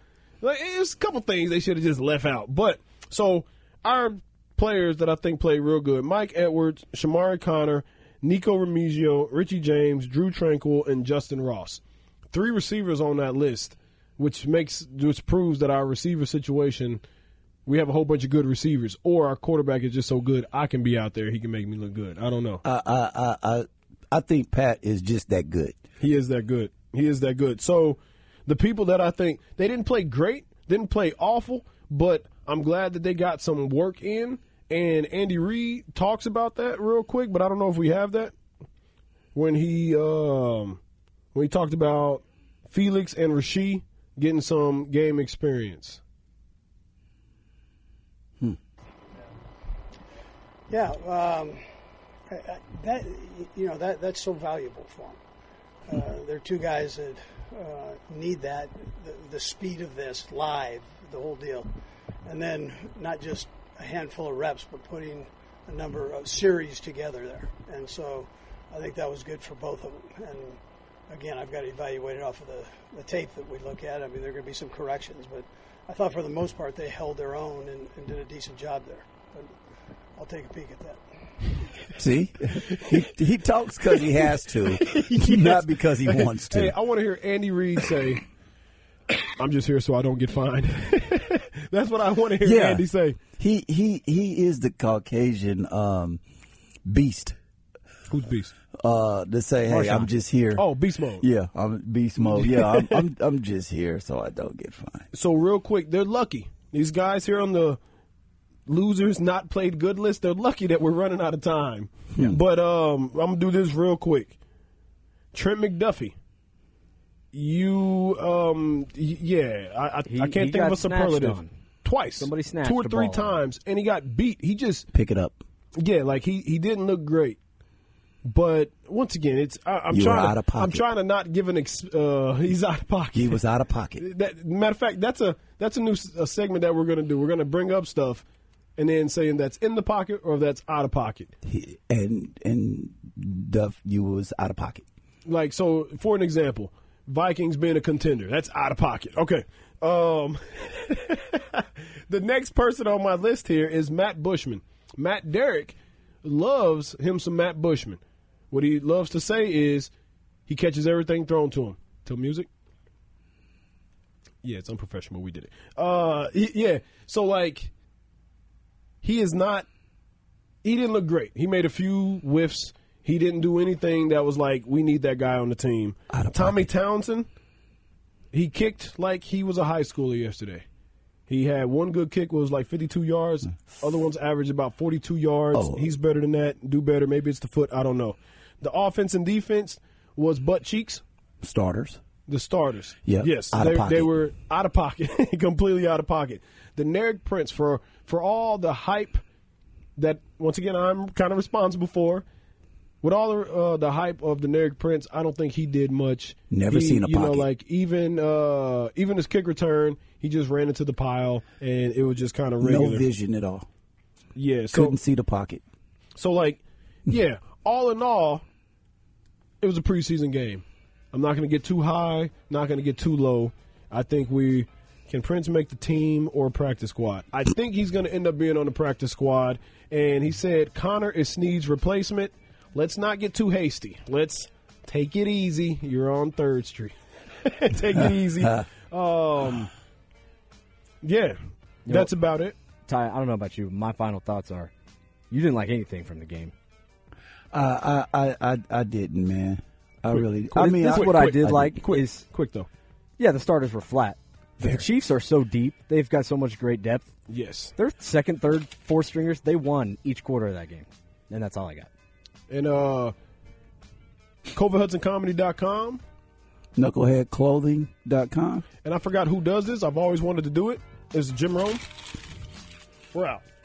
Like it was a couple things they should have just left out. But so our players that I think played real good: Mike Edwards, Shamari Connor, Nico Remigio, Richie James, Drew Tranquil, and Justin Ross three receivers on that list, which makes which proves that our receiver situation, we have a whole bunch of good receivers, or our quarterback is just so good I can be out there, he can make me look good. I don't know.
I, I, I, I, I think Pat is just that good.
he is that good. He is that good. So the people that I think they didn't play great, didn't play awful, but I'm glad that they got some work in. And Andy Reid talks about that real quick, but I don't know if we have that. when he um when he talked about Felix and Rasheed getting some game experience.
Yeah, um, I- I- that you know that that's so valuable for them. Uh, they're two guys that uh, need that the, the speed of this live, the whole deal, and then not just a handful of reps, but putting a number of series together there. And so, I think that was good for both of them. And again, I've got to evaluate it off of the, the tape that we look at. I mean, there are going to be some corrections, but I thought for the most part they held their own and, and did a decent job there. But, I'll take a peek at that.
See, he, he talks because he has to, not because he wants to.
Hey, I want to hear Andy Reid say, "I'm just here so I don't get fined." That's what I want to hear
Yeah.
Andy say.
He he he is the Caucasian um, beast.
Who's beast?
Uh, to say, hey, I'm just here.
Oh, beast mode.
yeah, I'm beast mode. Yeah, I'm, I'm I'm just here so I don't get fined.
So real quick, they're lucky. These guys here on the losers not played good list, they're lucky that we're running out of time. But um, I'm gonna do this real quick. Trent McDuffie. You um y- yeah, I I,
He-
I can't
he
think of
got
a superlative.
snatched on.
Twice.
Somebody snatched
Two or
the
three
ball.
times and he got beat. He just
Pick it up.
yeah, like he he didn't look great. But once again, it's I, I'm
You were
trying to,
out of
I'm
pocket.
trying to not give an ex, uh he's out of pocket.
He was out of pocket.
That matter of fact, that's a that's a new s- a segment that we're gonna do. We're gonna bring up stuff, and then saying that's in the pocket or that's out of pocket.
He, and and Duff, you was out of pocket.
Like so, for an example, Vikings being a contender, that's out of pocket. Okay. Um, the next person on my list here is Matt Bushman. Matt Derrick loves him some Matt Bushman. What he loves to say is he catches everything thrown to him. Till music. Yeah, it's unprofessional. We did it. Uh, y- yeah. So like, he is not. He didn't look great. He made a few whiffs. He didn't do anything that was like we need that guy on the team. Tommy Townsend, he kicked like he was a high schooler yesterday. He had one good kick was like 52 yards. Other ones averaged about 42 yards.
Oh.
He's better than that. Do better. Maybe it's the foot. I don't know. The offense and defense was butt cheeks.
Starters.
The starters.
Yeah,
Yes.
out of
they, they
pocket.
were out of pocket, completely out of pocket. The Narek Prince for for all the hype that once again I'm kind of responsible for. With all the, uh, the hype of the Narek Prince, I don't think he did much.
Never
He-
seen a
you know
pocket.
like even uh, even his kick return, he just ran into the pile and it was just kind of regular.
No vision at all.
Yeah. So
Couldn't see the pocket.
so like, yeah. All in all, it was a preseason game. I'm not going to get too high. Not going to get too low. I think we can Prince make the team or practice squad. I think he's going to end up being on the practice squad. And he said Connor is Sneed's replacement. Let's not get too hasty. Let's take it easy. You're on Third Street. take it easy. Um, yeah, that's about it.
Ty, I don't know about you. My final thoughts are, you didn't like anything from the game.
Uh, I, I, I, I didn't, man. I really. I
This-
mean,
this
I,
is what I did like
Quick,
is
quick though.
yeah, the starters were flat. But the Chiefs are so deep; they've got so much great depth.
Yes.
Their second, third, fourth stringers, they won each quarter of that game, and that's all I got.
and uh CovaHudsonComedy.com.
knuckleheadclothing.com.
And I forgot who does this. I've always wanted to do it. It's Jim Rome. We're out.